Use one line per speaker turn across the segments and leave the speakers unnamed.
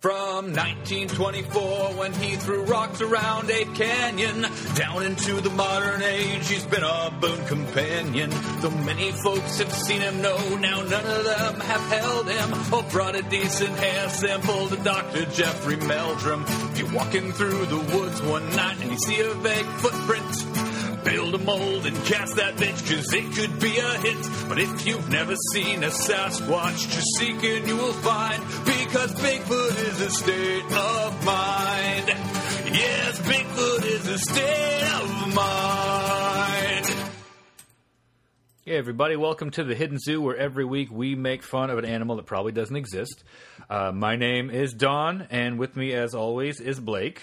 From 1924, when he threw rocks around a canyon, down into the modern age, he's been a boon companion. Though many folks have seen him, no, now none of them have held him or brought a decent hair sample to Dr. Jeffrey Meldrum. If you're walking through the woods one night and you see a vague footprint, Build a mold and cast that bitch, cause it could be a hit. But if you've never seen a Sasquatch, just seek and you will find. Because Bigfoot is a state of mind. Yes, Bigfoot is a state of mind.
Hey, everybody, welcome to the Hidden Zoo, where every week we make fun of an animal that probably doesn't exist. Uh, my name is Don, and with me, as always, is Blake.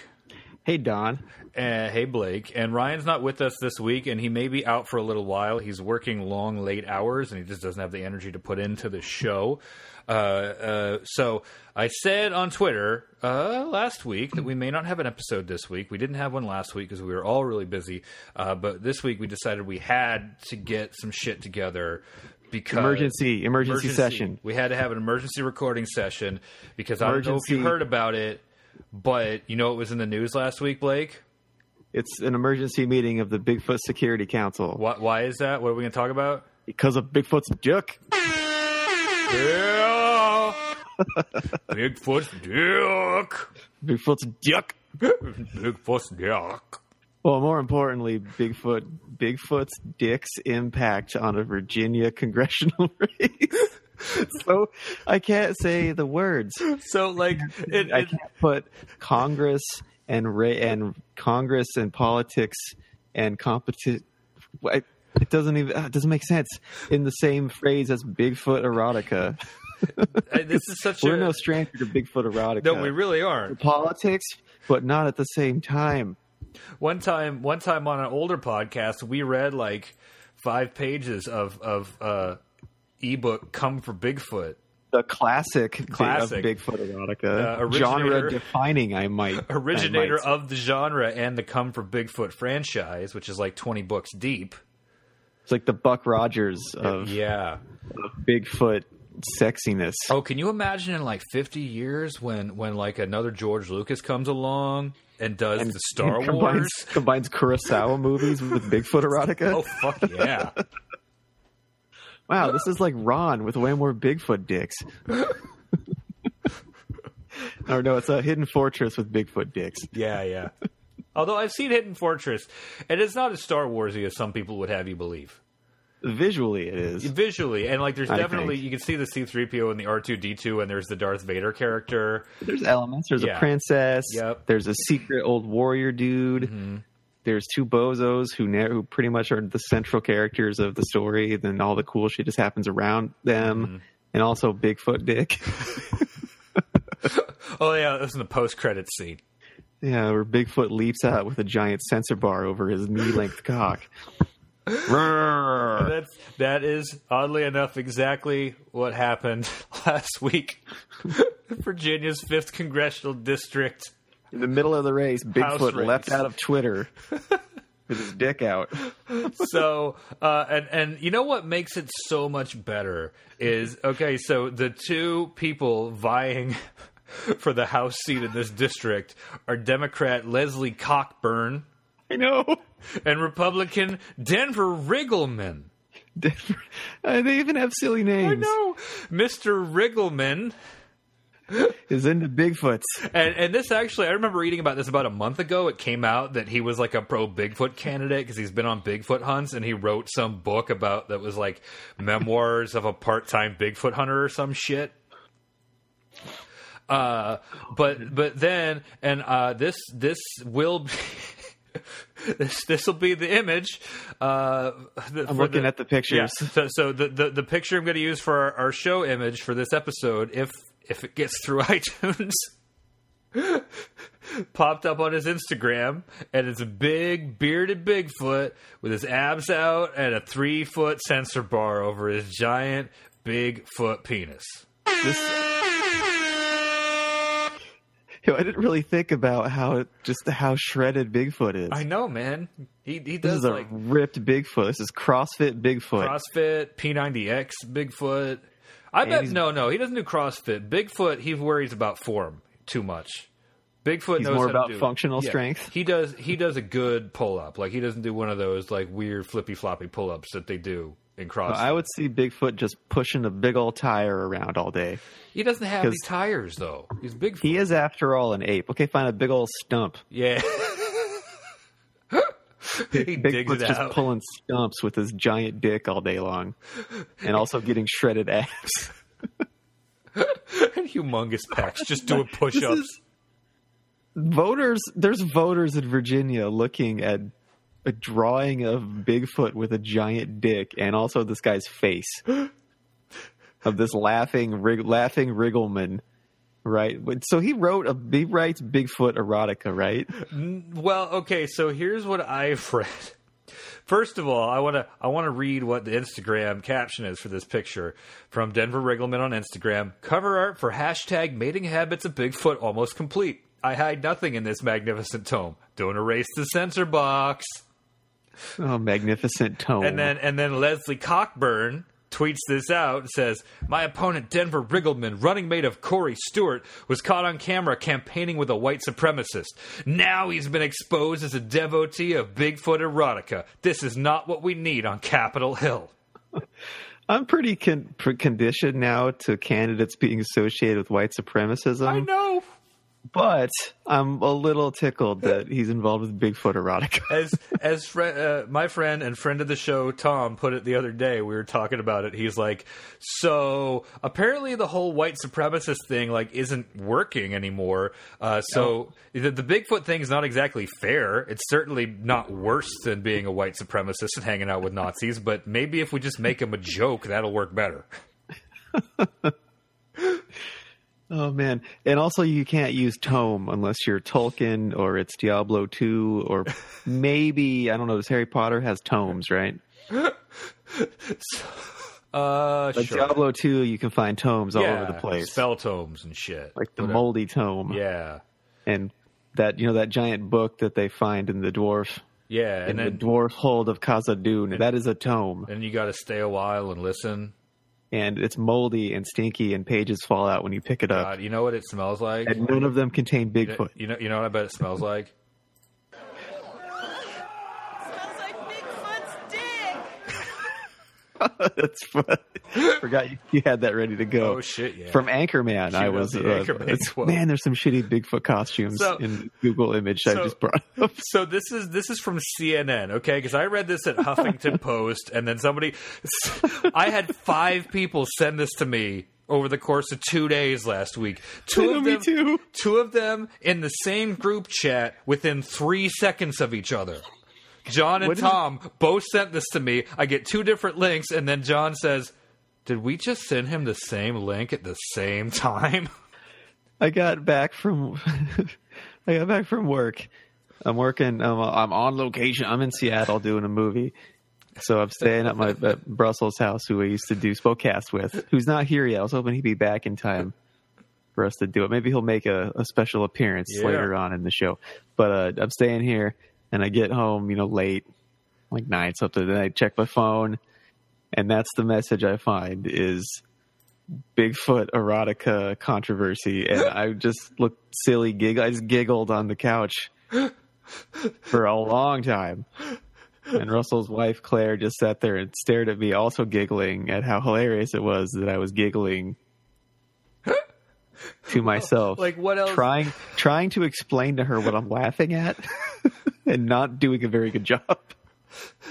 Hey, Don.
Uh, hey, Blake. And Ryan's not with us this week, and he may be out for a little while. He's working long, late hours, and he just doesn't have the energy to put into the show. Uh, uh, so I said on Twitter uh, last week that we may not have an episode this week. We didn't have one last week because we were all really busy. Uh, but this week we decided we had to get some shit together. Because
Emergency, emergency session.
We had to have an emergency recording session because I don't know if you
Emergency.
heard about it, but you know it was in the news last week, Blake.
It's an emergency meeting of the Bigfoot Security Council
Why, why is that? What are we going to talk about?
because of Bigfoot's dick.
Yeah. Bigfoot's dick.
Bigfoot's dick.
Bigfoot's dick.
Well, more importantly, Bigfoot Bigfoot's dick's impact on a Virginia congressional race. so I can't say the words.
So, like, it,
I
it-
can't put Congress and ra- and Congress and politics and competi- I- It doesn't even ah, it doesn't make sense in the same phrase as Bigfoot erotica.
I- uh, this is such
We're
a
no stranger to Bigfoot erotica.
no, we really aren't.
politics, but not at the same time.
One time, one time on an older podcast, we read like five pages of of uh, ebook "Come for Bigfoot."
The classic, bit
Classic.
of Bigfoot erotica,
Uh, originator-
genre defining. I might I
originator
might.
of the genre and the Come for Bigfoot franchise, which is like 20 books deep.
it's like the Buck Rogers of
Yeah.
Bigfoot sexiness.
Oh, can you imagine in like 50 years when when like another George Lucas comes along and does the Star
combines,
Wars?
combines Kurosawa movies with Bigfoot erotica.
Oh fuck yeah.
Wow, this is like Ron with way more Bigfoot dicks. or Oh, no, it's a Hidden Fortress with Bigfoot dicks.
Yeah, yeah. Although I've seen Hidden Fortress and it's not as Star Warsy as some people would have you believe.
Visually, it is.
Visually and like there's
I
definitely
think.
you can see the C3PO and the R2D2 and there's the Darth Vader character.
There's elements. There's
Yeah.
a princess.
Yep.
There's a secret old warrior dude. There's two bozos who ne- who pretty much are the central characters of the story. Then all the cool shit just happens around them, and also Bigfoot dick.
Oh yeah, that's in the post credit scene.
Yeah, where Bigfoot leaps out with a giant sensor bar over his knee length cock. Roar.
That's that is oddly enough exactly what happened last week. Virginia's fifth congressional district.
In the middle of the race, Bigfoot
race.
leapt out of Twitter with his dick out.
So uh, and and you know what makes it so much better is okay. So the two people vying for the House seat in this district are Democrat Leslie Cockburn
I know.
and Republican Denver Riggleman.
Uh, they even have silly names.
No, Mr. Riggleman.
Is into Bigfoots.
And, and this actually, I remember reading about this about a month ago. It came out that he was like a pro Bigfoot candidate because he's been on Bigfoot hunts and he wrote some book about that was like memoirs of a part time Bigfoot hunter or some shit. Uh, but but then and uh, this this will be. This this will be the image. Uh,
I'm looking at the pictures.
yeah. So, so the, the the picture I'm going to use for our, our show image for this episode, if if it gets through iTunes, popped up on his Instagram, and it's a big bearded Bigfoot with his abs out and a three foot sensor bar over his giant Bigfoot penis.
You know, I didn't really think about how just how shredded Bigfoot is.
I know, man. He he
this
does
is a
like
ripped Bigfoot. This is CrossFit Bigfoot.
CrossFit, P90X, Bigfoot. I bet
he's-
no, no, he doesn't do CrossFit. Bigfoot, he worries about form. too much. Bigfoot
He's
knows
more
how to
about
do it.
functional strength.
He does he does a good pull up. Like he doesn't do one of those like weird flippy floppy pull ups that they do in CrossFit.
I would see Bigfoot just pushing a big old tire around all day.
he doesn't have any
'cause-
tires though. He's Bigfoot.
He is, after all, an ape. Okay, fine, a big old stump.
yeah. he digs
Bigfoot's
it
just
out.
pulling stumps with his giant dick all day long, and also getting shredded abs.
and humongous pecs, just doing push
This
ups.
is- voters, there's voters in Virginia looking at a drawing of Bigfoot with a giant dick, and also this guy's face of this laughing, wrig, laughing Wriggleman. Right, But- so he wrote a he writes Bigfoot erotica, right?
Well, okay, so here's what I've read. First of all, I want to I want to read what the Instagram caption is for this picture from Denver Riggleman on Instagram. Cover art for hashtag mating habits of Bigfoot almost complete. I hide nothing in this magnificent tome. Don't erase the censor box.
Oh, magnificent tone.
And then and then Leslie Cockburn tweets this out and says, My opponent Denver Riggleman, running mate of Corey Stewart, was caught on camera campaigning with a white supremacist. Now he's been exposed as a devotee of Bigfoot erotica. This is not what we need on Capitol Hill.
I'm pretty con- pre- conditioned now to candidates being associated with white supremacism.
I know.
but I'm a little tickled that he's involved with Bigfoot erotica.
As as fri uh, my friend and friend of the show Tom put it the other day, we were talking about it. He's like, so apparently the whole white supremacist thing like isn't working anymore. Uh, so the, the Bigfoot thing is not exactly fair. It's certainly not worse than being a white supremacist and hanging out with Nazis. But maybe if we just make him a joke, that'll work better.
Oh man! And also, you can't use tome unless you're Tolkien or it's Diablo two or maybe I don't know. Does Harry Potter has tomes, right?
Uh,
But
sure.
Diablo two, you can find tomes all over the
Yeah,
place,
spell tomes and shit.
like the
Whatever.
moldy tome,
Yeah,
and that you know that giant book that they find in the dwarf
yeah,
in
and then
the dwarf hold of Casa Dune. That is a tome,
and you got to stay a while and listen.
and it's moldy and stinky, and pages fall out when you pick it up.
God, you know what it smells like?
And none of them contain Bigfoot.
You know, you know what I bet it smells like?
Smells like Bigfoot's dick.
That's fun. Forgot you, you had that ready to go.
Oh, shit, yeah.
From Anchorman, I
knows
was.
the
Uh,
Anchorman
it's-
quote.
man, there's some shitty Bigfoot costumes
So-
in Google image
so-
I just brought up.
So this is this is from CNN, okay? Because I read this at Huffington Post, and then somebody, I had five people send this to me over the course of two days last week. Two
know,
of
me
them,
too.
two of them in the same group chat within three seconds of each other. John and
What did-
Tom both sent this to me. I get two different links, and then John says, "Did we just send him the same link at the same time?"
I got back from. I got back from work. I'm working. I'm, I'm on location. I'm in Seattle doing a movie. So I'm staying at my at Brussels house, who I used to do Spokecast with, who's not here yet. I was hoping he'd be back in time for us to do it. Maybe he'll make a, a special appearance
Yeah.
later on in the show. But uh, I'm staying here, and I get home, you know, late, like nine something. Then I check my phone, and that's the message I find is Bigfoot erotica controversy, and I just looked silly. Gig, I just giggled on the couch for a long time. And Russell's wife Claire just sat there and stared at me, also giggling at how hilarious it was that I was giggling to myself,
Like, what else-
Trying, trying to explain to her what I'm laughing at, and not doing a very good job.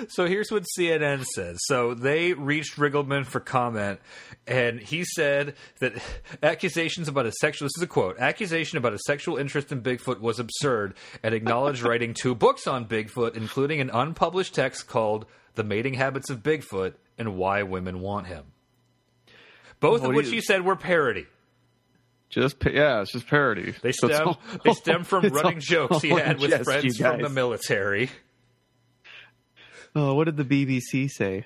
So here's what CNN says. So they reached Riggleman for comment, and he said that accusations about a sexual this is a quote accusation about a sexual interest in Bigfoot was absurd, and acknowledged writing two books on Bigfoot, including an unpublished text called "The Mating Habits of Bigfoot and Why Women Want Him." Both of
What
which
is-
he said were parody.
Just pa- yeah, it's just parody.
They
So it's
stem,
all-
they stem from
it's
running
all-
jokes he
all
had with
jest, you
friends from the
guys.
military.
Oh, what did the BBC say?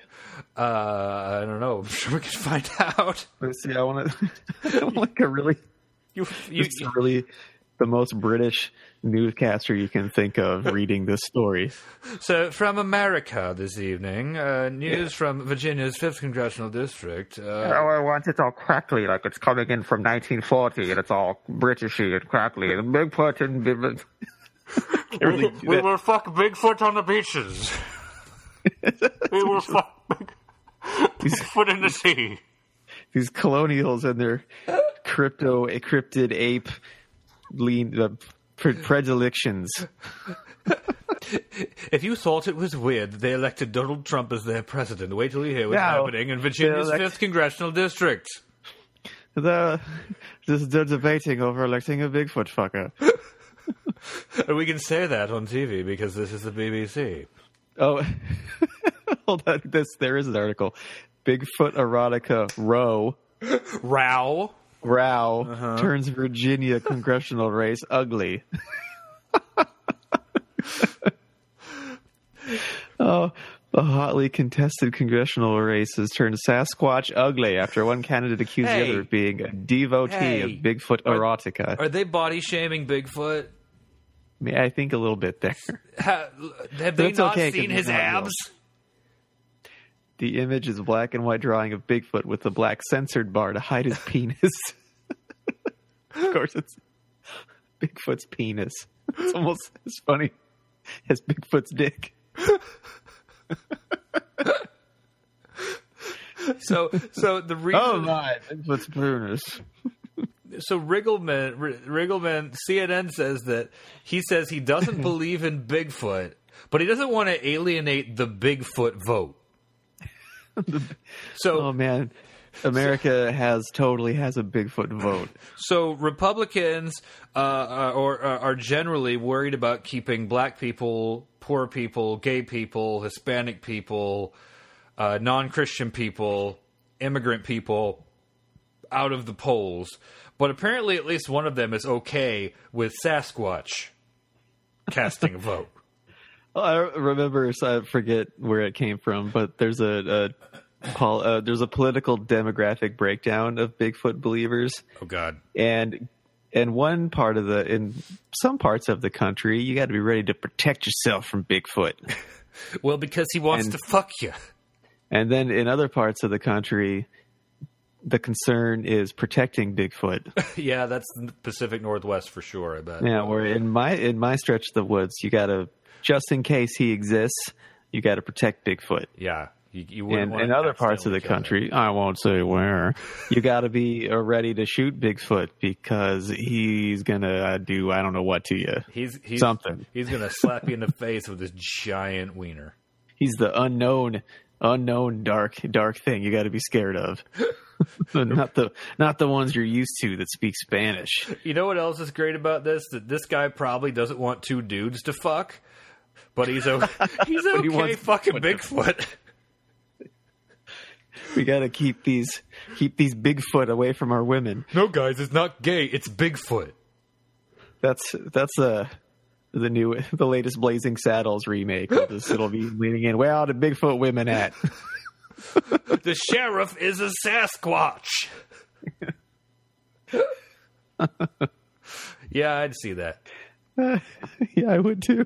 Uh, I don't know. I'm sure we can find out.
Let's see. I want to like a really,
You, you,
just a really the most British newscaster you can think of reading this story.
So, from America this evening, uh, news from Virginia's 5th Congressional District. Uh,
Oh, I want it all crackly, like it's coming in from 1940, and it's all Britishy and crackly. The big Putin. really do that.
will fuck Bigfoot on the beaches. we will fuck Big- Bigfoot in the sea.
these colonials and their crypto cryptid ape lean uh, pre- predilections.
If you thought it was weird that they elected Donald Trump as their president, wait till you hear what's
No.
happening in Virginia's
They're elect-
5th Congressional District.
The, just they're debating over electing a Bigfoot fucker.
And we can say that on TV because this is the BBC.
Oh, hold on. This there is an article. Bigfoot erotica row
Row.
row
Uh-huh.
turns Virginia congressional race ugly. oh, the hotly contested congressional race has turned Sasquatch ugly after one candidate accused
Hey.
the other of being a devotee of
Hey.
Bigfoot
Are-
erotica.
Are they body shaming Bigfoot?
I mean, I think a little bit there.
Ha- have they
That's
not
okay, 'cause
seen
it's
his
not real.
abs?
The image is a black and white drawing of Bigfoot with a black censored bar to hide his penis. of course, it's Bigfoot's penis. It's almost as funny as Bigfoot's dick.
So, so the reason.
Oh, my, Bigfoot's penis.
so Riggleman, R- Riggleman, CNN says that he says he doesn't believe in Bigfoot, but he doesn't want to alienate the Bigfoot vote. So,
Oh man, America has totally has a Bigfoot vote.
so Republicans uh, are, or, are are generally worried about keeping black people, poor people, gay people, Hispanic people, uh, non-Christian people, immigrant people out of the polls. But apparently, at least one of them is okay with Sasquatch casting a vote.
I remember, so I forget where it came from, but there's a, a pol- uh, there's a political demographic breakdown of Bigfoot believers.
Oh God!
and in one part of the in some parts of the country you got to be ready to protect yourself from bigfoot
Well, because he wants
And-
to fuck you.
and then in other parts of the country the concern is protecting bigfoot
yeah, that's the Pacific Northwest for sure. I bet.
yeah where in my in my stretch of the woods you got to just in case he exists you got to protect bigfoot
Yeah, you, you wouldn't
and
want
in
to
other parts of the
accidentally kill him.
country i won't say where you got to be uh, ready to shoot bigfoot because he's gonna uh, do i don't know what to you
He's, he's
Something.
He's gonna slap you in the face with his giant wiener.
he's the unknown unknown dark dark thing you got to be scared of not the not the ones you're used to that speak spanish
You know what else is great about this? That this guy probably doesn't want two dudes to fuck, but he's o- he's okay
wants
fucking Bigfoot.
we got to keep these keep these bigfoot away from our women
no, guys, it's not gay. It's Bigfoot.
that's that's uh the new the latest blazing saddles remake of this it'll be leaning in where are the bigfoot women at
The sheriff is a Sasquatch. yeah, I'd see that.
yeah i would too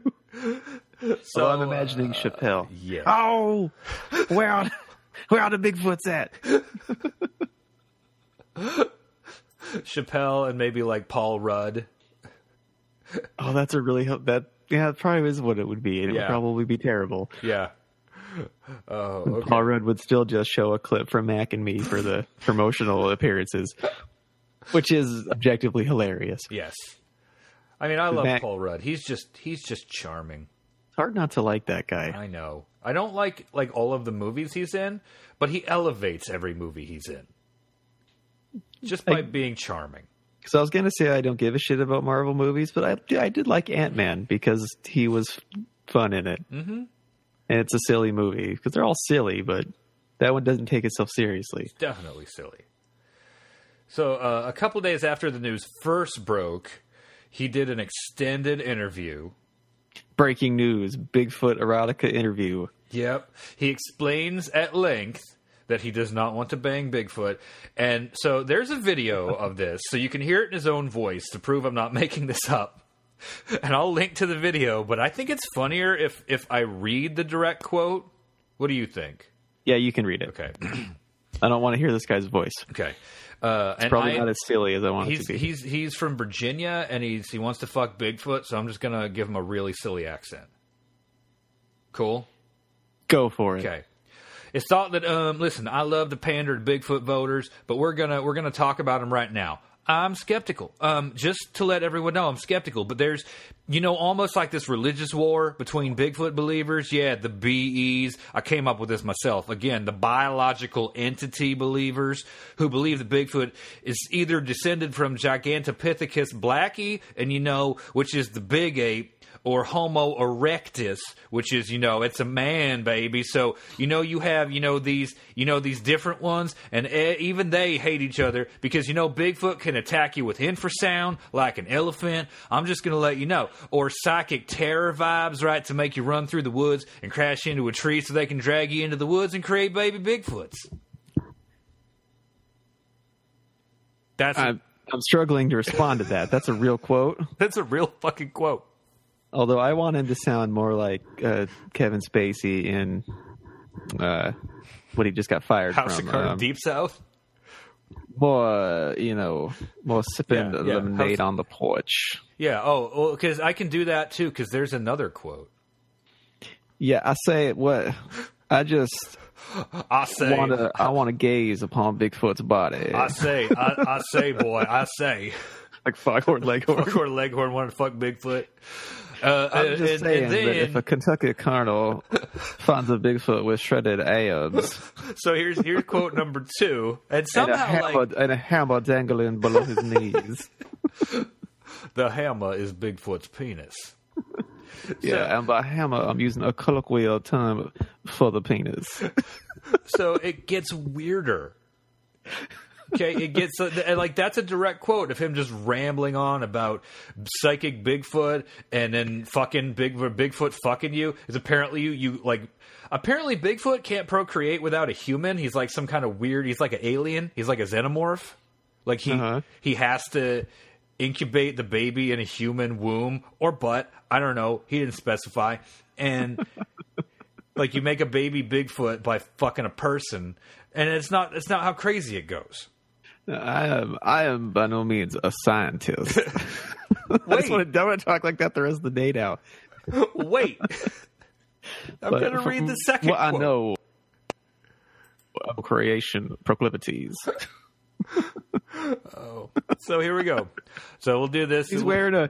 So uh,
i'm imagining chappelle
yeah.
oh where are where are the bigfoots at
Chappelle and maybe like Paul Rudd.
Oh, that's a really help. That yeah, that probably is what it would be, and it
Yeah.
would probably be terrible.
Yeah. Oh, okay.
Paul Rudd would still just show a clip from Mac and Me for the promotional appearances, which is objectively hilarious. It's
yes. I mean, I love
Mac-
Paul Rudd. He's just he's just charming.
hard not to like that guy.
I know. I don't like like all of the movies he's in, but he elevates every movie he's in. Just by being charming.
Because I was gonna say I don't give a shit about Marvel movies, but I I did like Ant Man because he was fun in it, mm-hmm. and it's a silly movie because they're all silly, but that one doesn't take itself seriously.
definitely silly. So, uh, a couple days after the news first broke, he did an extended interview.
Breaking news: Bigfoot erotica interview.
Yep. He explains at length that he does not want to bang Bigfoot. And so there's a video of this, so you can hear it in his own voice to prove I'm not making this up. And I'll link to the video, but I think it's funnier if if I read the direct quote. What do you think?
Yeah, you can read it.
Okay,
I don't want to hear this guy's voice.
okay. Uh, and
Probably
I-
not as silly as I want it
he's
to be.
he's he's from Virginia and he's he wants to fuck Bigfoot, so I'm just gonna give him a really silly accent. Cool.
Go for it.
Okay. It's thought that um listen, I love to pander to Bigfoot voters, but we're gonna we're gonna talk about him right now. I'm skeptical. Um, just to let everyone know, I'm skeptical. But there's, you know, almost like this religious war between Bigfoot believers. Yeah, the BEs. I came up with this myself. Again, the biological entity believers who believe that Bigfoot is either descended from Gigantopithecus blackie, and you know, which is the big ape, or Homo erectus, which is you know it's a man, baby. So you know you have you know these you know these different ones, and e- even they hate each other because you know Bigfoot can attack you with infrasound like an elephant. I'm just gonna let you know, or psychic terror vibes, right, to make you run through the woods and crash into a tree so they can drag you into the woods and create baby Bigfoots. That's a,
I'm, I'm struggling to respond to that. That's a real quote.
that's a real fucking quote.
Although I want him to sound more like uh, Kevin Spacey in uh, what he just got fired
House
from.
of Cards,
um,
Deep South.
more, you know, more sipping
Yeah,
the
yeah.
lemonade
House-
on the porch.
Yeah. Oh, well, because I can do that too. Because there's another quote.
Yeah, I say what I just
I say,
want to. I want to gaze upon Bigfoot's body,
I say, I, I say, boy, I say,
like foghorn leghorn.
Leghorn, Leghorn wanted to fuck Bigfoot. Uh,
I'm just
and,
saying
and
that if a
then,
Kentucky colonel finds a Bigfoot with shredded abs
so here's here's quote number two, and
and a,
somehow
hammer,
like
and a hammer dangling below his knees,
the hammer is Bigfoot's penis.
yeah, and by hammer I'm using a colloquial term for the penis.
So it gets weirder. Okay, it gets and, like that's a direct quote of him just rambling on about psychic Bigfoot and then fucking Big Bigfoot fucking you is apparently you you like apparently Bigfoot can't procreate without a human. He's like some kind of weird. He's like an alien. He's like a xenomorph. Like he
Uh-huh.
he has to incubate the baby in a human womb or butt. I don't know. He didn't specify and. like you make a baby Bigfoot by fucking a person, and it's not it's not how crazy it goes.
I am I am by no means a scientist. I
Wait,
just want to don't wanna talk like that the rest of the day now.
wait. I'm
But
gonna
from
read the second.
What I
quote.
know of creation proclivities.
So here we go. So we'll do this.
He's wearing a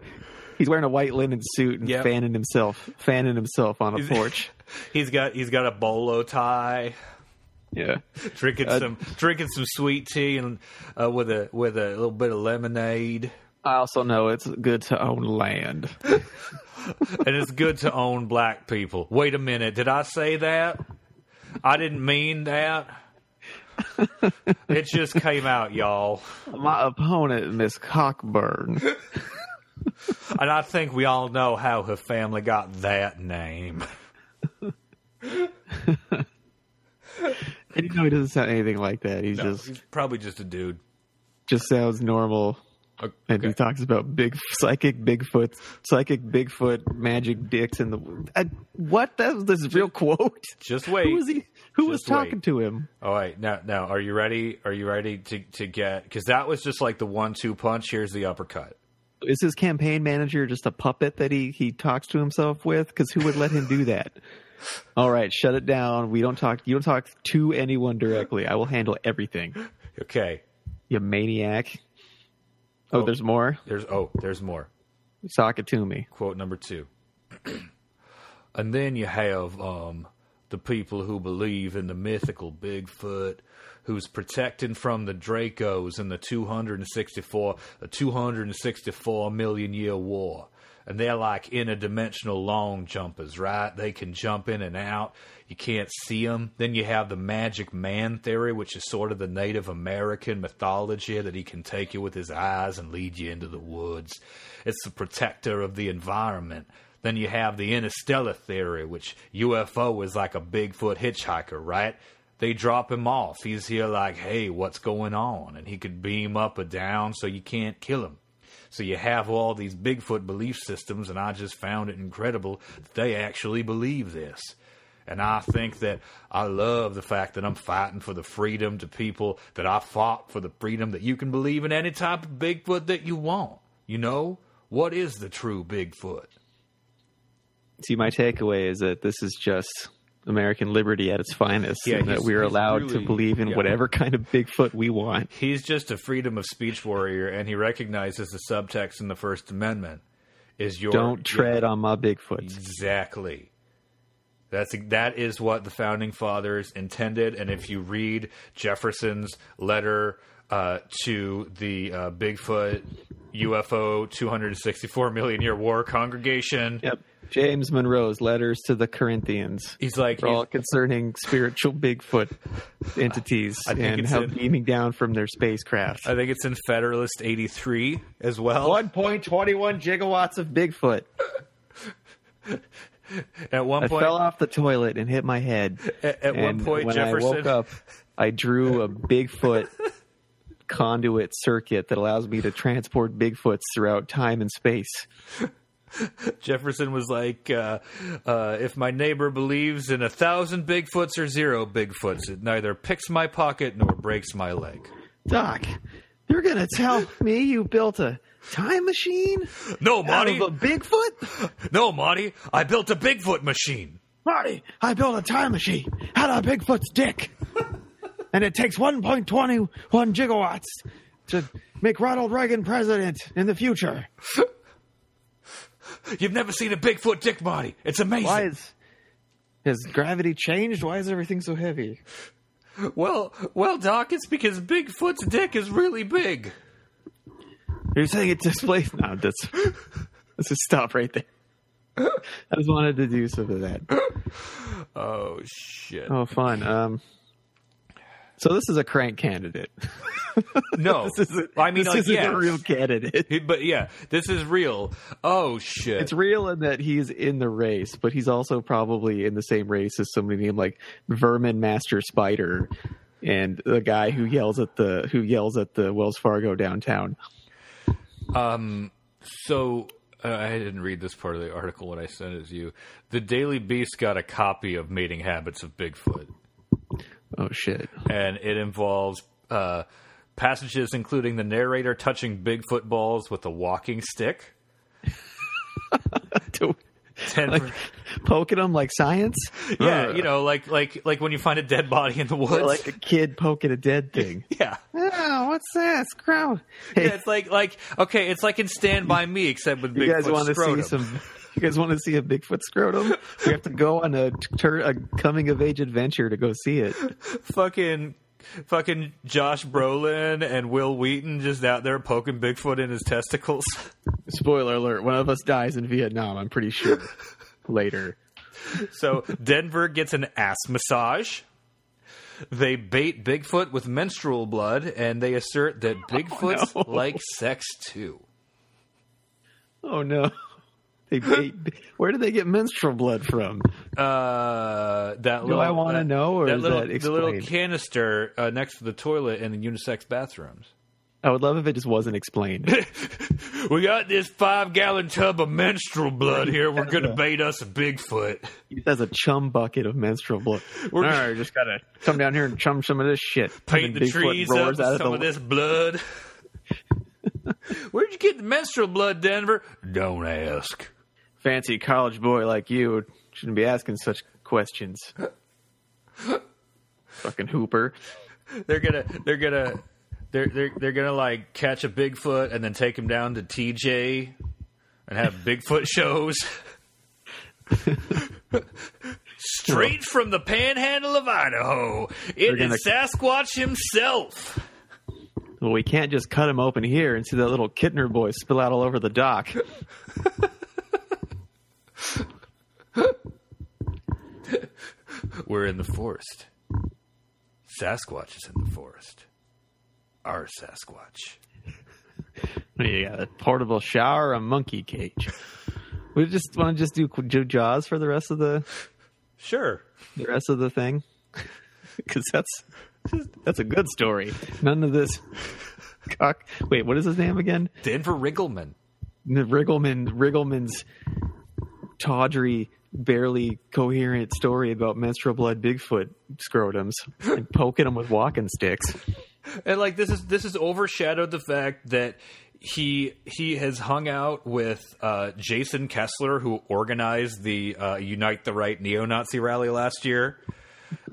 he's wearing a white linen suit and
Yep.
fanning himself, fanning himself on a porch.
He's got he's got a bolo tie,
Yeah,
drinking
Uh,
some drinking some sweet tea and uh, with a with a little bit of lemonade.
I also know it's good to own land.
and it's good to own black people. Wait a minute, did I say that? I didn't mean that. It just came out, y'all.
My opponent, Miss Cockburn.
And I think we all know how her family got that name.
And you know he doesn't sound anything like that. He just
He's probably just a dude.
just sounds normal. And he talks about big psychic Bigfoot, psychic Bigfoot, magic dicks in the I, what? That was this real quote.
Just wait.
Who was he? Who was
Just wait.
talking to him?
All right, now now are you ready? Are you ready to to get cuz that was just like the one two punch, here's the uppercut.
Is his campaign manager just a puppet that he he talks to himself with? Because who would let him do that? All right, shut it down. We don't talk. You don't talk to anyone directly. I will handle everything.
Okay.
You maniac. Oh, there's more.
There's oh, there's more.
Talk it to me.
quote number two. and then you have um, the people who believe in the mythical Bigfoot, who's protecting from the Dracos in the 264, the 264 million year war. And they're like interdimensional long jumpers, right? They can jump in and out. You can't see them. Then you have the magic man theory, which is sort of the Native American mythology that he can take you with his eyes and lead you into the woods. It's the protector of the environment. Then you have the interstellar theory, which UFO is like a Bigfoot hitchhiker, right? they drop him off. He's here like, hey, what's going on? And he could beam up or down so you can't kill him. So you have all these Bigfoot belief systems, and I just found it incredible that they actually believe this. And I think that I love the fact that I'm fighting for the freedom to people that I fought for the freedom that you can believe in any type of Bigfoot that you want. You know, what is the true Bigfoot?
See, my takeaway is that this is just American liberty at its finest.
Yeah,
and that
he's-
we're
he's
allowed
really-
to believe in
yeah.
whatever kind of Bigfoot we want.
He's just a freedom of speech warrior, and he recognizes the subtext in the First Amendment is your
Don't tread on my Bigfoot.
Mm-hmm. Exactly. That's that is what the founding fathers intended, and if you read Jefferson's letter uh, to the uh, Bigfoot UFO 264 million year war congregation,
Yep. James Monroe's letters to the Corinthians.
he's like,
are all
he's,
concerning spiritual Bigfoot entities
I think
and
it's
how
in-
beaming down from their spacecraft.
I think it's in Federalist 83 as well.
1.21 gigawatts of Bigfoot.
At one
I
point,
fell off the toilet and hit my head.
at, at one
And
point,
when
Jefferson.
I woke up, I drew a Bigfoot conduit circuit that allows me to transport Bigfoots throughout time and space.
Jefferson was like, uh, uh, if my neighbor believes in a thousand Bigfoots or zero Bigfoots, it neither picks my pocket nor breaks my leg.
Doc, you're gonna tell me you built a time machine
No,
out
Monty.
of a Bigfoot?
No, Monty. I built a Bigfoot machine.
Marty, I built a time machine out of Bigfoot's dick. and it takes 1.21 gigawatts to make Ronald Reagan president in the future.
You've never seen a Bigfoot dick, Monty. It's amazing.
Why is has gravity changed? Why is everything so heavy?
Well, well, Doc, it's because Bigfoot's dick is really big.
You're saying it displays no, that's let's just stop right there. I just wanted to do some of that.
Oh shit!
Oh fun. Um so this is a crank candidate.
no,
This is
I mean,
this
like,
isn't
yes.
a real candidate.
He- But yeah, this is real. Oh shit!
It's real in that he's in the race, but he's also probably in the same race as somebody named like Vermin Master Spider and the guy who yells at the who yells at the Wells Fargo downtown.
So uh, I didn't read this part of the article when I sent it to you. The Daily Beast got a copy of Mating Habits of Bigfoot,
Oh shit.
and it involves uh, passages including the narrator touching Bigfoot balls with a walking stick.
To-
Ten
like poking them like science?
yeah, you know, like like like when you find a dead body in the woods.
Or like a kid poking a dead thing.
yeah.
oh, what's that? It's gross. Hey,
Yeah, it's like like okay, it's like in Stand by Me, except with Bigfoot
you guys want to see
scrotum.
some? You guys want to see a Bigfoot scrotum? You have to go on a, tur- a coming of age adventure to go see it.
fucking fucking Josh Brolin and Will Wheaton just out there poking Bigfoot in his testicles.
Spoiler alert: One of us dies in Vietnam. I'm pretty sure. Later,
So Denver gets an ass massage. They bait Bigfoot with menstrual blood, and they assert that Bigfoots
Oh, no.
like sex too.
oh no, they bait. Where do they get menstrual blood from?
Uh, that little,
I wanna
that-
know, or
that
is
little
that
the little
explained?
canister uh, next to the toilet in the unisex bathrooms.
I would love if it just wasn't explained.
We got this five gallon tub of menstrual blood here. We're gonna bait us a Bigfoot.
That's a chum bucket of menstrual blood. All right, just gotta come down here and chum some of this shit.
Paint
And
the
then Bigfoot
trees
roars
up with
out
some
the-
of this blood. Where'd you get the menstrual blood, Denver? Don't ask.
fancy college boy like you shouldn't be asking such questions. Fucking Hooper.
They're gonna they're gonna they're they're they're gonna like catch a Bigfoot and then take him down to TJ and have Bigfoot shows. Straight from the panhandle of Idaho. It
gonna-
is Sasquatch himself.
Well, we can't just cut him open here and see that little Kittner boy spill out all over the dock.
We're in the forest. Sasquatch is in the forest. Our Sasquatch.
You got a portable shower, a monkey cage. We just want to just do, do Jaws for the rest of the
Sure.
the rest of the thing. because that's that's a good story. None of this. Cock. Wait, what is his name again?
Denver Riggleman.
N- Riggleman. Riggleman's tawdry, barely coherent story about menstrual blood, Bigfoot scrotums, and poking them with walking sticks.
And like this is this has overshadowed the fact that he he has hung out with uh, Jason Kessler, who organized the uh, Unite the Right neo-Nazi rally last year.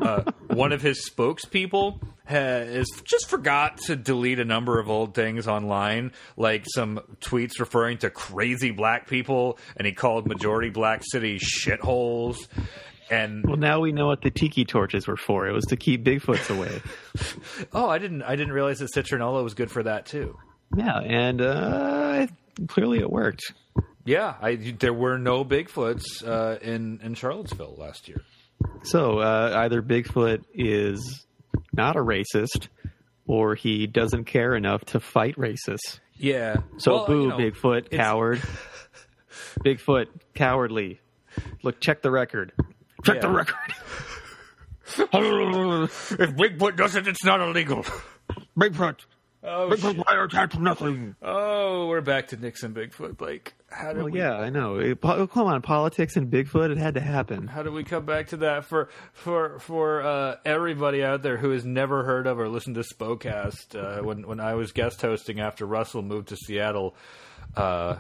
Uh, one of his spokespeople has just forgot to delete a number of old things online, like some tweets referring to crazy black people, and he called majority black cities shitholes. And
Well, now we know what the tiki torches were for. It was to keep Bigfoots away.
oh, I didn't I didn't realize that citronella was good for that too.
yeah, and uh, clearly it worked.
Yeah, I, there were no Bigfoots uh, in in Charlottesville last year.
So uh, either Bigfoot is not a racist, or he doesn't care enough to fight racists.
Yeah.
So
Well,
boo,
you know,
Bigfoot,
it's-
coward. Bigfoot, cowardly. Look, check the record. Check the
Yeah.
record.
if Bigfoot does it, it's not illegal.
Bigfoot.
Oh, shit.
Bigfoot wiretapped nothing.
oh, we're back to Nixon Bigfoot. Like, how did
Well,
we?
yeah, I know. It- po- oh, come on, politics and Bigfoot. It had to happen.
How do we come back to that for for for uh, everybody out there who has never heard of or listened to Spocast? Uh, when when I was guest hosting after Russell moved to Seattle, uh,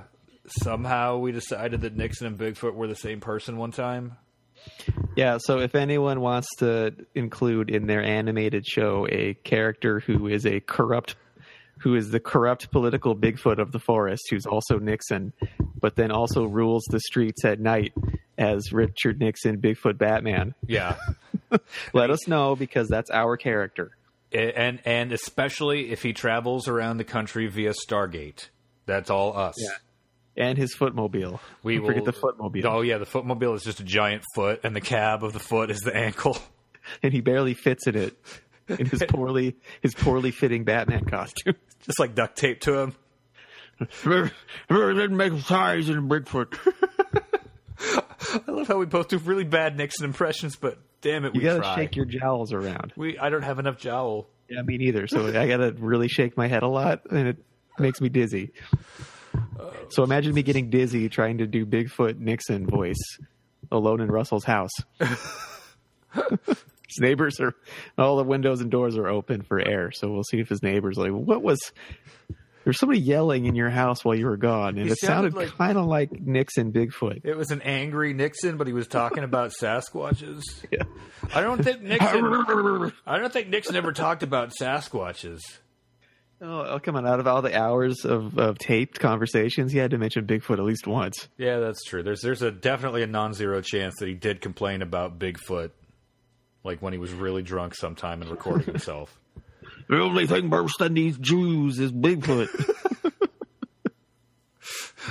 somehow we decided that Nixon and Bigfoot were the same person one time.
Yeah, so if anyone wants to include in their animated show a character who is a corrupt who is the corrupt political Bigfoot of the forest who's also Nixon, but then also rules the streets at night as Richard Nixon Bigfoot Batman.
Yeah.
Let us know because that's our character.
and and especially if he travels around the country via Stargate. That's all us.
And his footmobile.
We
Don't forget
will-
the footmobile.
Oh yeah, the footmobile is just a giant foot, and the cab of the foot is the ankle.
And he barely fits in it. In his poorly his poorly fitting Batman costume.
Just like duct tape to him.
didn't make size in Bigfoot.
I love how we both do really bad Nixon impressions, but damn it,
You
we
gotta
try.
shake your jowls around.
we I don't have enough jowl.
Yeah, me neither. So I gotta really shake my head a lot, and it makes me dizzy. So imagine me getting dizzy trying to do Bigfoot Nixon voice alone in Russell's house. his neighbors are all the windows and doors are open for air, so we'll see if his neighbors like what was. There's somebody yelling in your house while you were gone, and
He
it sounded,
sounded like-
kind of like Nixon Bigfoot.
It was an angry Nixon, but he was talking about Sasquatches.
Yeah.
I don't think Nixon. I don't think Nixon ever talked about Sasquatches.
Oh, come on! Out of all the hours of, of taped conversations, he had to mention Bigfoot at least once.
Yeah, that's true. There's there's a definitely a non-zero chance that he did complain about Bigfoot, like when he was really drunk sometime and recording himself.
The only thing worse than these Jews is Bigfoot.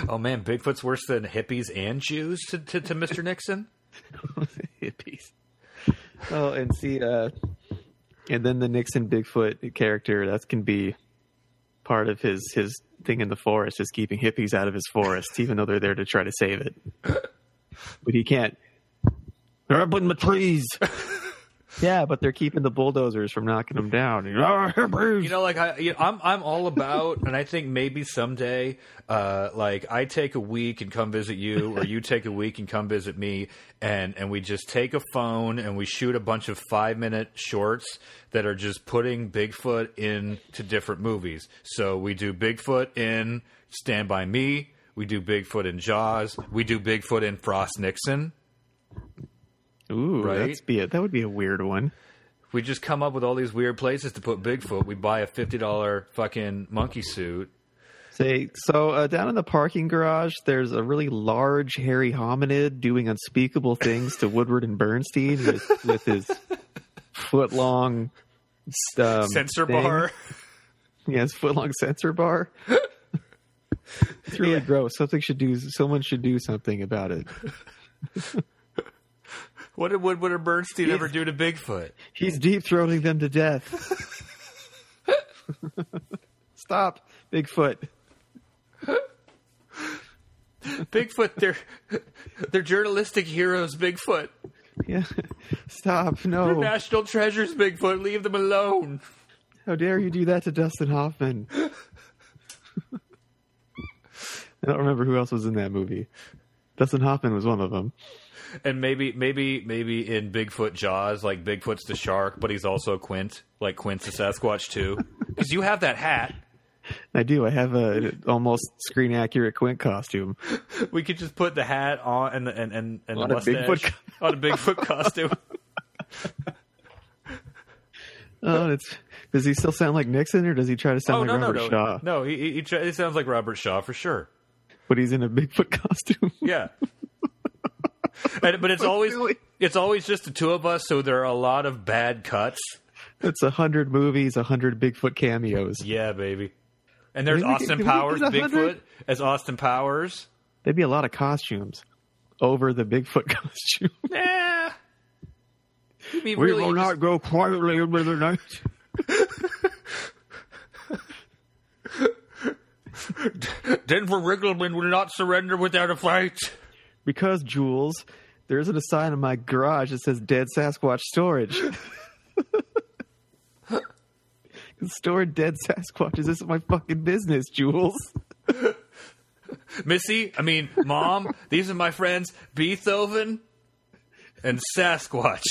oh man, Bigfoot's worse than hippies and Jews to to, to Mr. Nixon.
Hippies. Oh, and see, uh, and then the Nixon Bigfoot character that can be part of his his thing in the forest is keeping hippies out of his forest, even though they're there to try to save it. But he can't. They're up in the trees. yeah, but they're keeping the bulldozers from knocking them down. Ah, hippies.
You know, like I, you know, I'm I'm all about, and I think maybe someday, uh, like I take a week and come visit you, or you take a week and come visit me, and and we just take a phone and we shoot a bunch of five minute shorts that are just putting Bigfoot in to different movies. So we do Bigfoot in Stand by Me. We do Bigfoot in Jaws. We do Bigfoot in Frost Nixon.
Ooh,
Right?
that's be it. That would be a weird one.
We just come up with all these weird places to put Bigfoot. We buy a fifty dollar fucking monkey suit.
Say so. Uh, down in the parking garage, there's a really large, hairy hominid doing unspeakable things to Woodward and Bernstein with, with his foot-long um,
Sensor
thing.
bar.
Yeah, his foot-long sensor bar. It's really gross. Something should do. Someone should do something about it.
What did Woodward and Bernstein ever do to Bigfoot?
He's deep throating them to death. Stop, Bigfoot.
Bigfoot, they're they're journalistic heroes. Bigfoot.
Yeah. Stop. No.
National treasures, Bigfoot. Leave them alone.
How dare you do that to Dustin Hoffman? I don't remember who else was in that movie. Dustin Hoffman was one of them.
And maybe, maybe, maybe in Bigfoot Jaws, like Bigfoot's the shark, but he's also Quint, like Quint's the Sasquatch too. Because you have that hat.
I do. I have a an almost screen accurate Quint costume.
We could just put the hat on and the, and and, and
On
the
a Bigfoot
mustache on a Bigfoot costume.
Oh, it's does he still sound like Nixon or does he try to sound
oh
like
no, no, no,
Robert Shaw?
no! He, he, he, tr- he sounds like Robert Shaw for sure.
But he's in a Bigfoot costume.
Yeah. and, but it's always
Really?
it's always just the two of us, so there are a lot of bad cuts.
That's a hundred movies, a hundred Bigfoot cameos.
Yeah, baby. And there's
Maybe we
Austin
can- can we
Powers,
get a
Bigfoot
hundred?
as Austin Powers.
There'd be a lot of costumes over the Bigfoot costume.
Nah. I mean,
we
really,
will
you
not go quietly into the night.
just- Denver Riggleman will not surrender without a fight.
Because Jules, there isn't a sign in my garage that says dead Sasquatch storage. Storing dead Sasquatches isn't my fucking business, Jules.
Missy, I mean, Mom, these are my friends Beethoven and Sasquatch.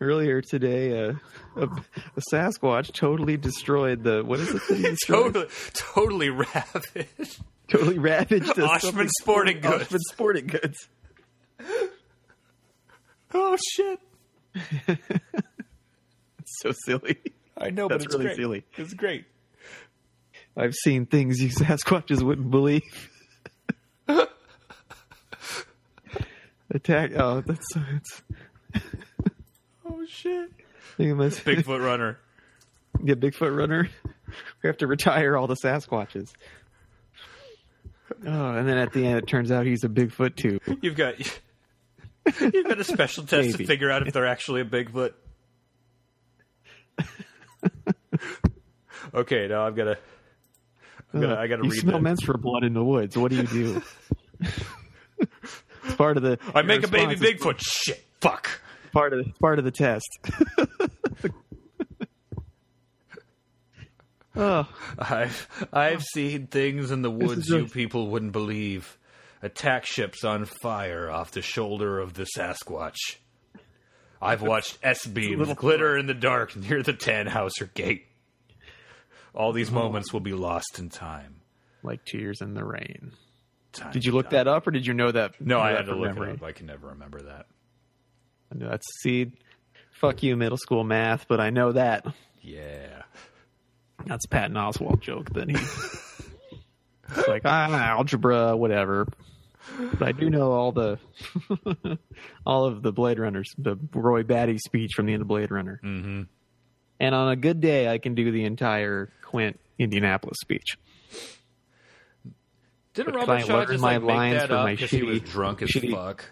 Earlier today, uh, a, a Sasquatch totally destroyed the what is it? that he destroyed?
totally, totally ravished.
totally ravaged the
Oshman
something-
Sporting Goods.
Oshman Sporting Goods.
Oh, shit.
It's so silly.
I know,
That's
but it's
really
great.
silly.
It's great.
I've seen things you Sasquatches wouldn't believe. Attack! Oh, that's so. It's,
Oh shit!
think of us-
Bigfoot runner.
yeah, Bigfoot runner. We have to retire all the Sasquatches. Oh, and then at the end, it turns out he's a Bigfoot too.
You've got you've got a special test to
Maybe.
figure out if they're actually a Bigfoot. okay, now I've got to. I'm gonna, I gotta
Uh, you
read
smell
that.
menstrual blood in the woods. What do you do? it's part of the.
I make a
your
baby
response is
Bigfoot. Shit, fuck.
Part of it's part of the test. oh,
I've I've seen things in the woods
is
you
a-
people wouldn't believe. Attack ships on fire off the shoulder of the Sasquatch. I've watched S beams
little-
glitter in the dark near the Tannhauser Gate. All these
Oh.
moments will be lost in time.
like tears in the rain.
Time
Did you look that up, or did you know that?
No,
know
I
that
had to
from
look
memory?
it up. I can never remember that.
I know That's see, fuck you, middle school math, but I know that.
Yeah.
That's a Patton Oswald joke. Then he, it's like ah, algebra, whatever. But I do know all the, all of the Blade Runners, the Roy Batty speech from the end of Blade Runner. Mm-hmm. And on a good day, I can do the entire Quint Indianapolis speech.
Didn't
But
Robert
I
Shaw
learned
just
my
like, make
lines
that
from
up
my
because he was
shitty-
drunk as
shitty-
fuck?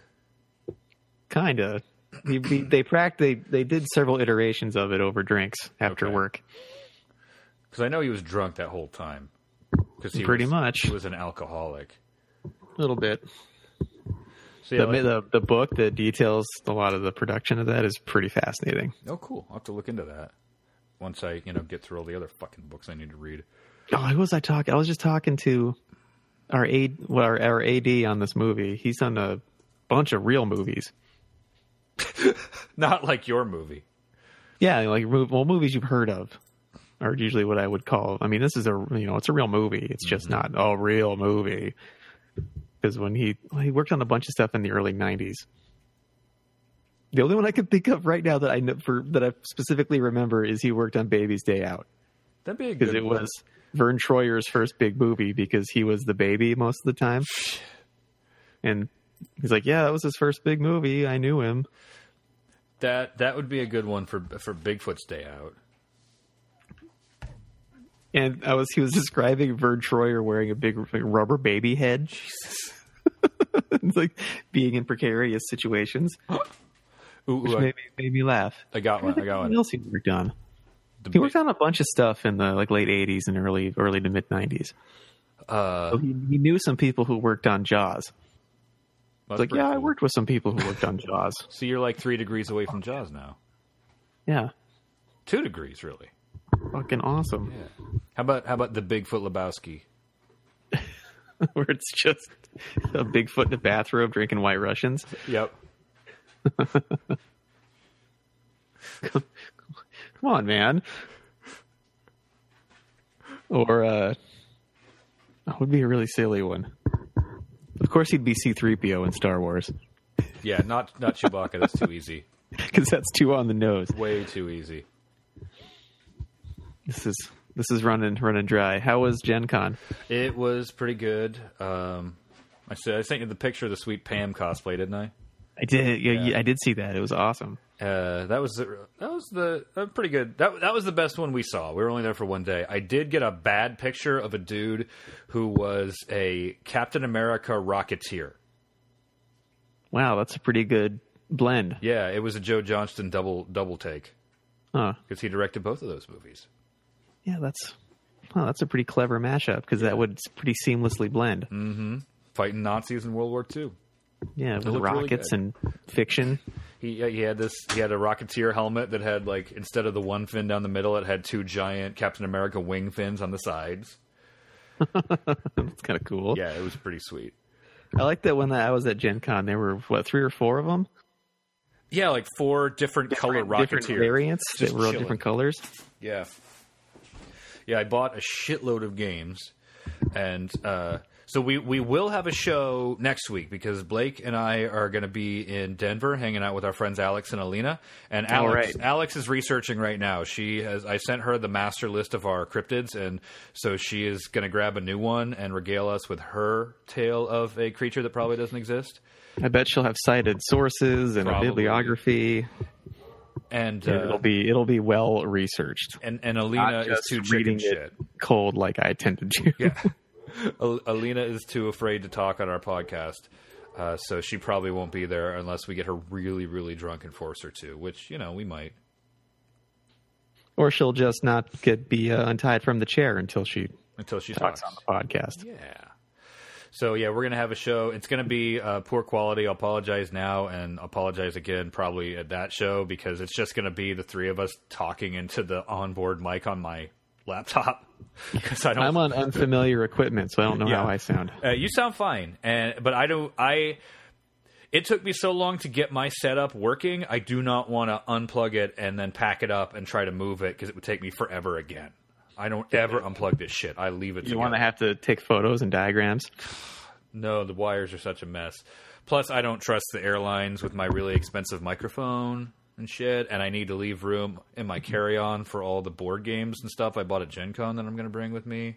Kinda. He, he- they pract they they did several iterations of it over drinks after
Okay.
work.
Because I know he was drunk that whole time. Because he
Pretty
was-
much.
he was an alcoholic.
A little bit.
So yeah,
the,
like-
the the book that details a lot of the production of that is pretty fascinating.
Oh, cool. I'll have to look into that once I, you know, get through all the other fucking books I need to read.
Oh, who was I talking? I was just talking to our AD, well, our, our AD on this movie. He's done a bunch of real movies.
Not like your movie.
Yeah, like mov- well, movies you've heard of are usually what I would call. I mean, this is a you know it's a real movie. It's just not a real movie. Because when he well, he worked on a bunch of stuff in the early '90s. The only one I can think of right now that I know for that I specifically remember is he worked on Baby's Day Out.
That'd be a
because
good.
it was Vern Troyer's first big movie because he was the baby most of the time. And he's like, "Yeah, that was his first big movie. I knew him."
that that would be a good one for for Bigfoot's Day Out.
And I was he was describing Vern Troyer wearing a big like, rubber baby head. It's like being in precarious situations,
Ooh,
which
ooh I,
made me, made me laugh.
I got one. I got
What
one.
else he worked on?
The
He
big-
worked on a bunch of stuff in the like late '80s and early early to mid '90s. Uh, he, he knew some people who worked on Jaws.
That's
like,
pretty
yeah, I
cool.
worked with some people who worked on Jaws.
So you're like three degrees away from Jaws now.
Yeah,
Two degrees, really.
fucking awesome.
How about how about the Bigfoot Lebowski?
Where it's just a Bigfoot in a bathrobe drinking White Russians.
Yep.
Come on, man. Or uh, that would be a really silly one. Of course, he'd be C-3PO in Star Wars
Yeah, not not Chewbacca. That's too easy.
because that's too on the nose.
Way too easy.
This is this is running running dry. How was Gen Con?
It was pretty good. Um, I said I sent you the picture of the sweet Pam cosplay, didn't I?
I did. Yeah, yeah. I did see that. It was awesome.
Uh, that was the, that was the uh, pretty good. That that was the best one we saw. We were only there for one day. I did get a bad picture of a dude who was a Captain America Rocketeer.
Wow, that's a pretty good blend.
Yeah, it was a Joe Johnston double double take
Huh.
because he directed both of those movies.
Yeah, that's wow, that's a pretty clever mashup because that would s- pretty seamlessly blend.
Fighting Nazis in World War II.
Yeah, with
looked really
rockets
good.
and fiction.
He he had this he had a Rocketeer helmet that had like instead of the one fin down the middle, it had two giant Captain America wing fins on the sides.
That's kind of cool.
Yeah, it was pretty sweet.
I like that when I was at Gen Con, there were what three or four of them,
Yeah, like four different, color
different
Rocketeers.
variants
Just
that were all
chilling.
different colors.
Yeah. Yeah, I bought a shitload of games. And uh, so we, we will have a show next week because Blake and I are going to be in Denver hanging out with our friends Alex and Alina. And Alex,
right.
Alex is researching right now. She has I sent her the master list of our cryptids, and so she is going to grab a new one and regale us with her tale of a creature that probably doesn't exist.
I bet she'll have cited sources and
Probably.
a bibliography.
And
And
uh,
it'll be it'll be well researched.
and, and Alina
Not
is
just
too chicken
reading it
shit.
cold like I tend to do.
Yeah. Al- Alina is too afraid to talk on our podcast, uh, so she probably won't be there unless we get her really, really drunk and force her to, which, you know, we might.
Or she'll just not get be uh, untied from the chair until she
Until she
talks
talks.
on the podcast.
Yeah. So, yeah, we're going to have a show. It's going to be uh, poor quality. I'll apologize now and apologize again probably at that show because it's just going to be the three of us talking into the onboard mic on my laptop. 'Cause I don't
I'm on unfamiliar equipment, so I don't know
Yeah.
how I sound.
Uh, you sound fine, and but I don't. I it took me so long to get my setup working. I do not want to unplug it and then pack it up and try to move it because it would take me forever again. I don't ever unplug this shit. I leave it.
You want to
together.
have to take photos and diagrams.
no? The wires are such a mess. Plus, I don't trust the airlines with my really expensive microphone and shit. And I need to leave room in my carry-on for all the board games and stuff I bought at Gen Con that I'm going to bring with me.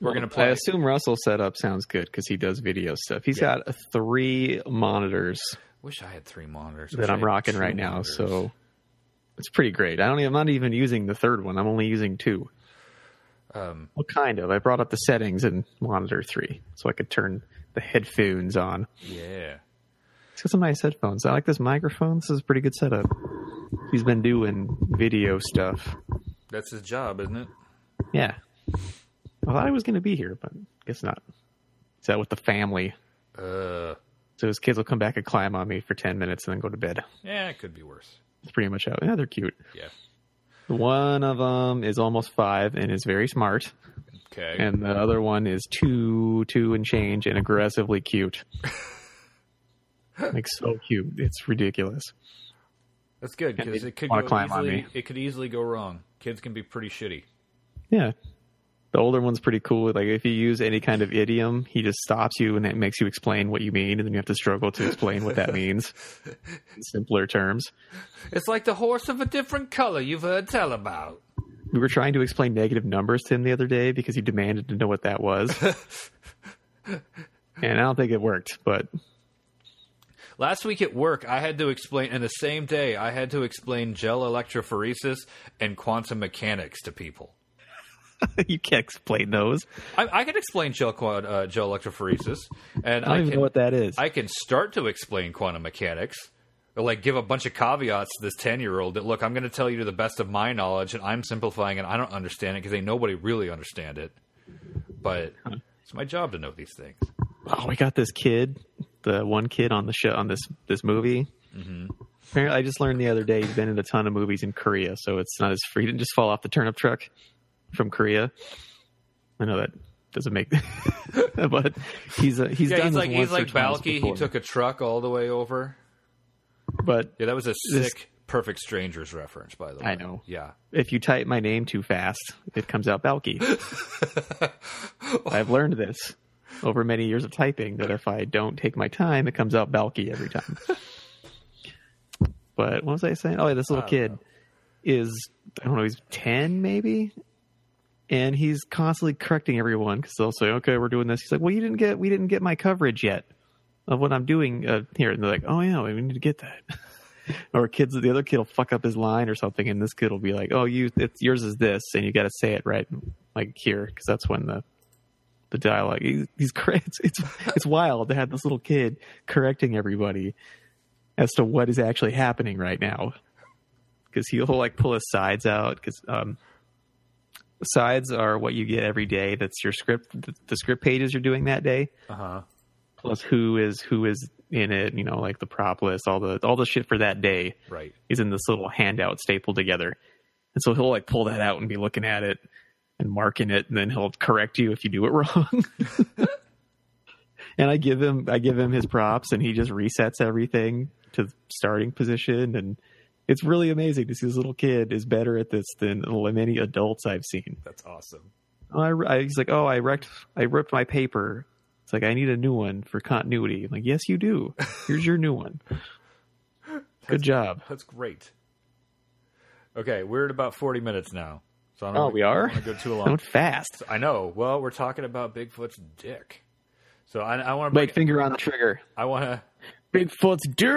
We're going to
I
play.
assume Russell's setup sounds good because he does video stuff. He's
Yeah.
got uh, three monitors
Wish I had three monitors
that
Wish I
I'm
had
rocking
two
right now,
monitors.
so it's pretty great. I don't. Even, I'm not even using the third one. I'm only using two. Um, well, kind of. I brought up the settings and monitor three, so I could turn the headphones on.
yeah.
It's got some nice headphones. I like this microphone. This is a pretty good setup. He's been doing video stuff.
That's his job, isn't it?
Yeah. I thought I was going to be here, but guess not. He's out with the family.
Uh,
So his kids will come back and climb on me for 10 minutes and then go to bed.
yeah, it could be worse.
That's pretty much how. Yeah, they're cute.
Yeah.
One of them is almost five and is very smart.
Okay.
And the other one is two, two and change and aggressively cute. like so cute. It's ridiculous.
That's good
and
because
they
it could
wanna
go
climb on
easily.
me.
It could easily go wrong. Kids can be pretty shitty.
Yeah. The older one's pretty cool. Like if you use any kind of idiom, he just stops you and it makes you explain what you mean, and then you have to struggle to explain what that means in simpler terms.
It's like the horse of a different color you've heard tell about.
We were trying to explain negative numbers to him the other day because he demanded to know what that was. and I don't think it worked, but
Last week at work, I had to explain, and the same day, I had to explain gel electrophoresis and quantum mechanics to people.
you can't explain those.
I, I can explain gel, qua- uh, gel electrophoresis, and
I don't
I,
even
can
know what that is.
I can start to explain quantum mechanics, or like give a bunch of caveats to this 10 year old that, look, I'm going to tell you to the best of my knowledge, and I'm simplifying and I don't understand it because ain't nobody really understand it. But it's my job to know these things.
oh, we got this kid the one kid on the show on this this movie.
Mm-hmm.
Apparently, I just learned the other day he's been in a ton of movies in Korea, so it's not as free. He didn't just fall off the turnip truck from Korea. I know that doesn't make, but he's a, he's
yeah,
done
he's
this
like he's
once or
like
twice
Balky. He
before.
took a truck all the way over.
But
Yeah, that was a
This-
sick, perfect strangers reference, by the way.
I know.
Yeah.
if you type my name too fast, it comes out Balky. I've learned this over many years of typing that if I don't take my time, it comes out Balky every time. but what was I saying? Oh, yeah, this little
I don't
kid is, I don't know, he's 10 maybe? And he's constantly correcting everyone because they'll say, okay, we're doing this. He's like, well, you didn't get, we didn't get my coverage yet of what I'm doing uh, here. And they're like, oh, yeah, we need to get that or kids the other kid will fuck up his line or something and this kid will be like oh you it's yours is this and you got to say it right like here because that's when the the dialogue he's, he's cra- it's, it's it's wild to have this little kid correcting everybody as to what is actually happening right now because he'll like pull his sides out because um sides are what you get every day that's your script the, the script pages you're doing that day
Uh huh.
plus who is who is in it you know like the prop list all the all the shit for that day
Right.
is in this little handout stapled together. And so he'll like pull that out and be looking at it and marking it, and then he'll correct you if you do it wrong. and I give him I give him his props, and he just resets everything to the starting position, and it's really amazing to see this little kid is better at this than many adults I've seen.
That's awesome.
I, I- he's like, oh, I wrecked, I ripped my paper. It's like I need a new one for continuity. I'm like, yes, you do. Here's your new one. Good job.
That's great. Okay, we're at about forty minutes now. So I don't
Oh,
wanna-
we
I
are?
don't wanna go too long.
Don't fast.
I know. Well, we're talking about Bigfoot's dick. So I, I want to
Like
break.
finger on the trigger.
I want to.
Bigfoot's dude.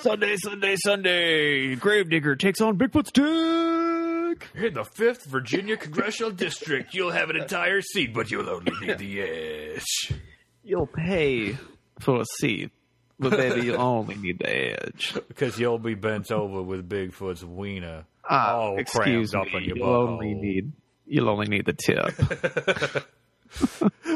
Sunday, Sunday, Sunday. Gravedigger takes on Bigfoot's dick.
In the fifth Virginia congressional district, you'll have an entire seat, but you'll only need the edge.
You'll pay for a seat, but baby, you only need the edge.
Because you'll be bent over with Bigfoot's wiener.
Ah,
all
excuse
crammed
me.
up in your
you'll
butthole.
only need you'll only need the tip.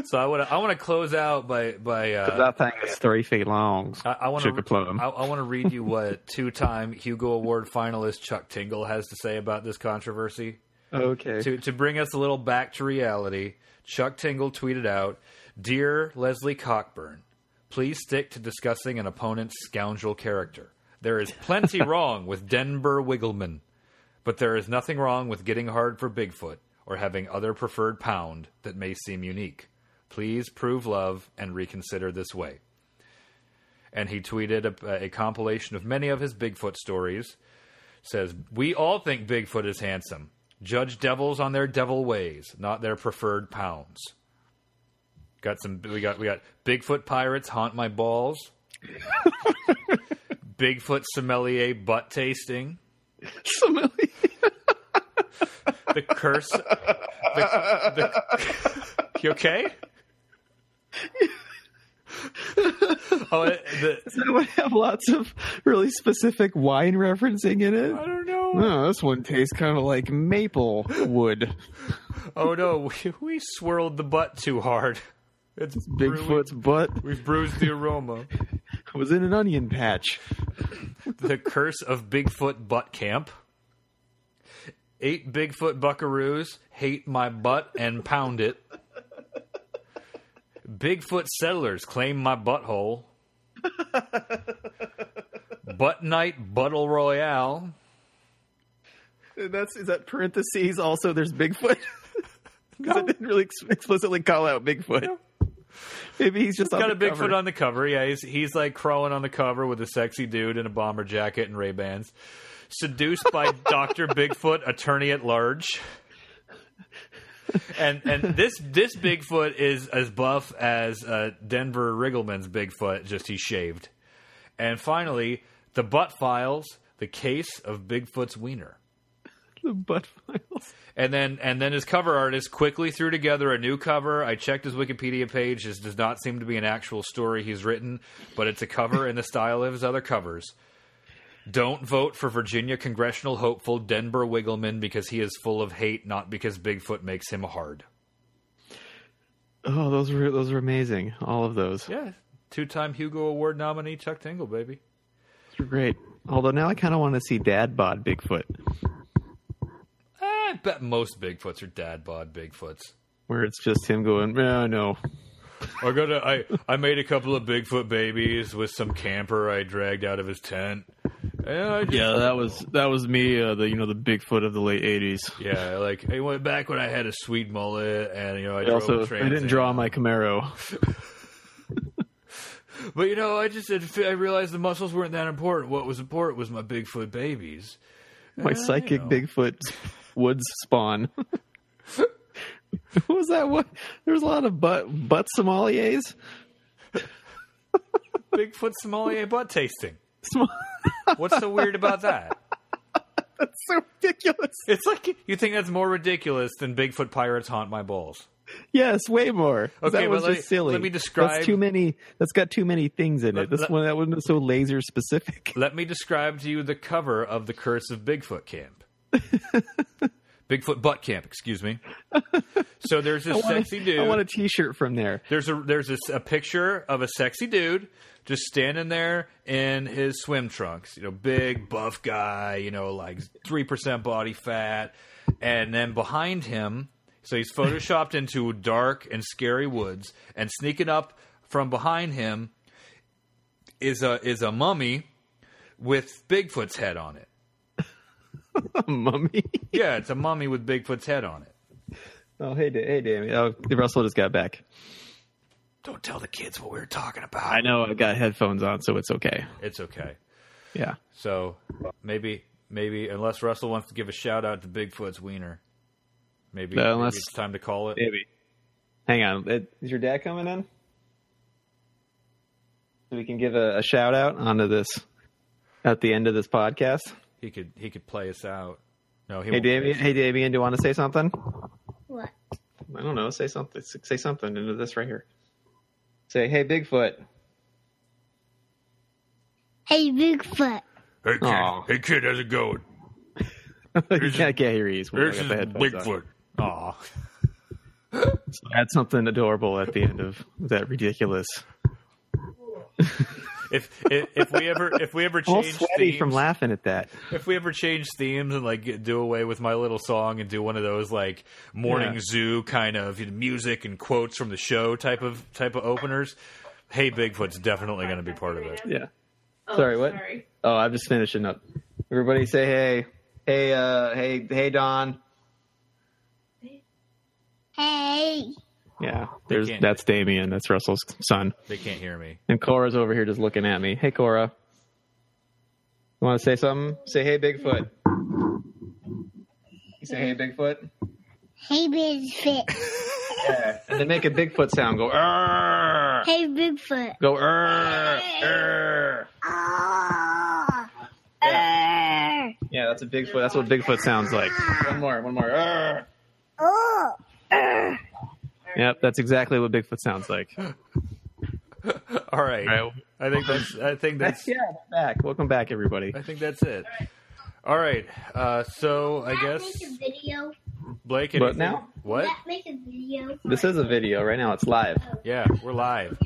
So I want to. I want to close out by by. Uh,
that thing is three feet long.
I, I want
Sugar plum.
I, I want to read you what two-time Hugo Award finalist Chuck Tingle has to say about this controversy.
okay.
To to bring us a little back to reality, Chuck Tingle tweeted out, "Dear Leslie Cockburn, please stick to discussing an opponent's scoundrel character. There is plenty wrong with Denver Wiggleman, but there is nothing wrong with getting hard for Bigfoot or having other preferred pound that may seem unique. Please prove love and reconsider this way." and he tweeted a, a compilation of many of his Bigfoot stories. Says, We all think Bigfoot is handsome. Judge devils on their devil ways, not their preferred pounds. Got some we got we got Bigfoot pirates haunt my balls. Bigfoot sommelier butt tasting. The curse the, the, You okay? oh, the,
That would have lots of really specific wine referencing in it.
I don't know.
Oh, this one tastes kind of like maple wood.
Oh no, we, we swirled the butt too hard. It's
Bigfoot's
Brewing,
butt
we've bruised the aroma.
was in an onion patch.
the curse of Bigfoot butt camp. Eight Bigfoot buckaroos hate my butt and pound it. Bigfoot settlers claim my butthole. butt night buttle royale.
And that's is that parentheses. Also, there's Bigfoot. Because it didn't really ex- explicitly call out Bigfoot. Maybe he's just
Got
on
a
the
Bigfoot
cover.
on the cover. Yeah, he's, he's like crawling on the cover with a sexy dude in a bomber jacket and Ray Bans. Seduced by Doctor Bigfoot, attorney at large. And and this this Bigfoot is as buff as uh, Denver Riggleman's Bigfoot, just he's shaved. And finally, the butt files, the case of Bigfoot's wiener.
the butt files.
And then and then his cover artist quickly threw together a new cover. I checked his Wikipedia page. This does not seem to be an actual story he's written, but it's a cover in the style of his other covers. Don't vote for Virginia congressional hopeful Denver Wiggleman because he is full of hate, not because Bigfoot makes him hard.
Oh, those were those were amazing. All of those.
Yeah, two-time Hugo Award nominee Chuck Tingle, baby.
Those were great. Although now I kind of want to see Dad bod Bigfoot,
Eh, I bet most Bigfoots are dad bod Bigfoots.
where it's just him going, "Yeah, no,
I got a, I I made a couple of Bigfoot babies with some camper I dragged out of his tent. And I just,
yeah, that was that was me, uh, the you know the Bigfoot of the late '80s."
yeah, like I went back when I had a sweet mullet, and you know I
I
drove
also,
a
I
trans
didn't
Am.
draw my Camaro.
But you know, I just it, I realized the muscles weren't that important. What was important was my Bigfoot babies.
My
you
psychic
know.
Bigfoot woods spawn. what was that one? There was a lot of butt butt sommeliers.
Bigfoot sommelier butt tasting.
Small-
What's so weird about that?
so ridiculous.
It's like you think that's more ridiculous than Bigfoot pirates haunt my balls.
Yes, way more.
Okay,
that
but
was
let
just
me-
silly.
let me describe-
That's too many. That's got too many things in
Let-
it. This
let-
one, that one was so laser specific.
Let me describe to you the cover of the Curse of Bigfoot Camp. Bigfoot Butt Camp, excuse me. So there's this sexy dude.
I want a T-shirt from there.
There's a there's a, a picture of a sexy dude just standing there in his swim trunks. You know, big buff guy. You know, like three percent body fat, and then behind him, so he's photoshopped into dark and scary woods, and sneaking up from behind him is a is a mummy with Bigfoot's head on it.
Mummy.
Yeah, it's a mummy with Bigfoot's head on it.
Oh, hey, Da- hey, Damien. Oh, Russell just got back.
Don't tell the kids what we were talking about.
I know I've got headphones on, so it's okay.
It's okay.
Yeah.
So maybe, maybe unless Russell wants to give a shout out to Bigfoot's wiener, maybe,
Uh,
maybe
unless-
it's time to call it.
Maybe. Hang on. Is your dad coming in? So we can give a, a shout out onto this at the end of this podcast.
He could he could play us out. No, he
Hey,
won't play
Damien.
us-
Hey, Damien. Do you want to say something?
What?
I don't know. Say something. Say something into this right here. Say, hey, Bigfoot.
Hey, Bigfoot.
Hey kid,
Aw.
hey kid, how's it going?
you can't get here. He's
This is Bigfoot.
Aw.
Add something adorable at the end of that ridiculous.
If, if if we ever if we ever
All
change
sweaty
themes,
from laughing at that.
if we ever change themes and like get- do away with my little song and do one of those like morning
Yeah.
zoo kind of you know, music and quotes from the show type of type of openers, hey Bigfoot's definitely going to be part of it.
Yeah. sorry. What?
Sorry.
Oh, I'm just finishing up. Everybody say hey. Hey, uh, hey, hey, Don.
Hey.
Yeah, there's
can't-
that's Damien. That's Russell's son.
They can't hear me.
And Cora's over here just looking at me. Hey, Cora. You want to say something? Say hey, Bigfoot. You say hey, Bigfoot.
Hey, Bigfoot.
Yeah. And then make a Bigfoot sound. Go. "Arr!"
hey, Bigfoot.
Go. "Arr! Arr!"
Ah. Err.
Yeah, that's a Bigfoot. That's what Bigfoot sounds like. One more. One more. "Arr!"
Oh. Err.
Yep, that's exactly what Bigfoot sounds like.
All right.
All right.
I think that's. I think that's.
yeah, we're back. Welcome back, everybody.
I think that's it. All right. Uh, so I guess
Make a video.
Blake.
What
anything-
now?
What?
That make a video.
This is a video right now. It's live.
Yeah, we're live.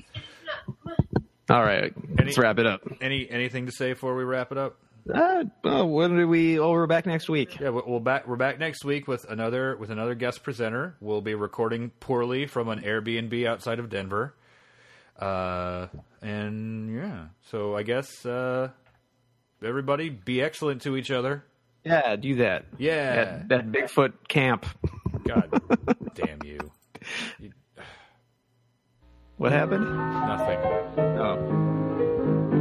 All right, let's wrap it up.
Any anything to say before we wrap it up?
Uh, oh, when do we? Oh, we're back next week.
Yeah, we- we'll back. We're back next week with another with another guest presenter. We'll be recording poorly from an Airbnb outside of Denver. Uh, and yeah, so I guess uh, everybody be excellent to each other.
Yeah, do that.
Yeah.
That, that Bigfoot camp.
God damn you.
What happened?
Nothing.
Oh.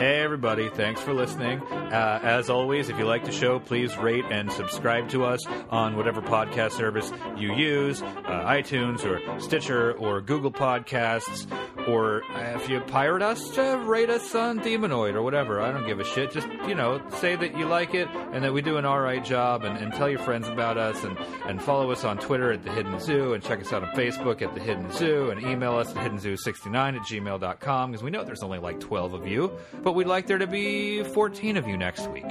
Hey, everybody, thanks for listening. Uh, as always, if you like the show, please rate and subscribe to us on whatever podcast service you use uh, iTunes or Stitcher or Google Podcasts or uh, if you pirate us, uh, rate us on Demonoid or whatever. I don't give a shit. Just you know, say that you like it and that we do an all right job, and, and tell your friends about us, and and follow us on Twitter at the Hidden Zoo, and check us out on Facebook at the Hidden Zoo, and email us at hiddenzoo69 at gmail.com because we know there's only like 12 of you, but we'd like there to be 14 of you next week,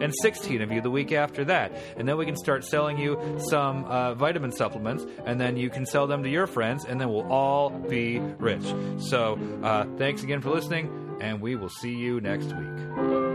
and 16 of you the week after that, and then we can start selling you some uh, vitamin supplements, and then you can sell them to your friends, and then we'll all be rich. So, uh, thanks again for listening, and we will see you next week.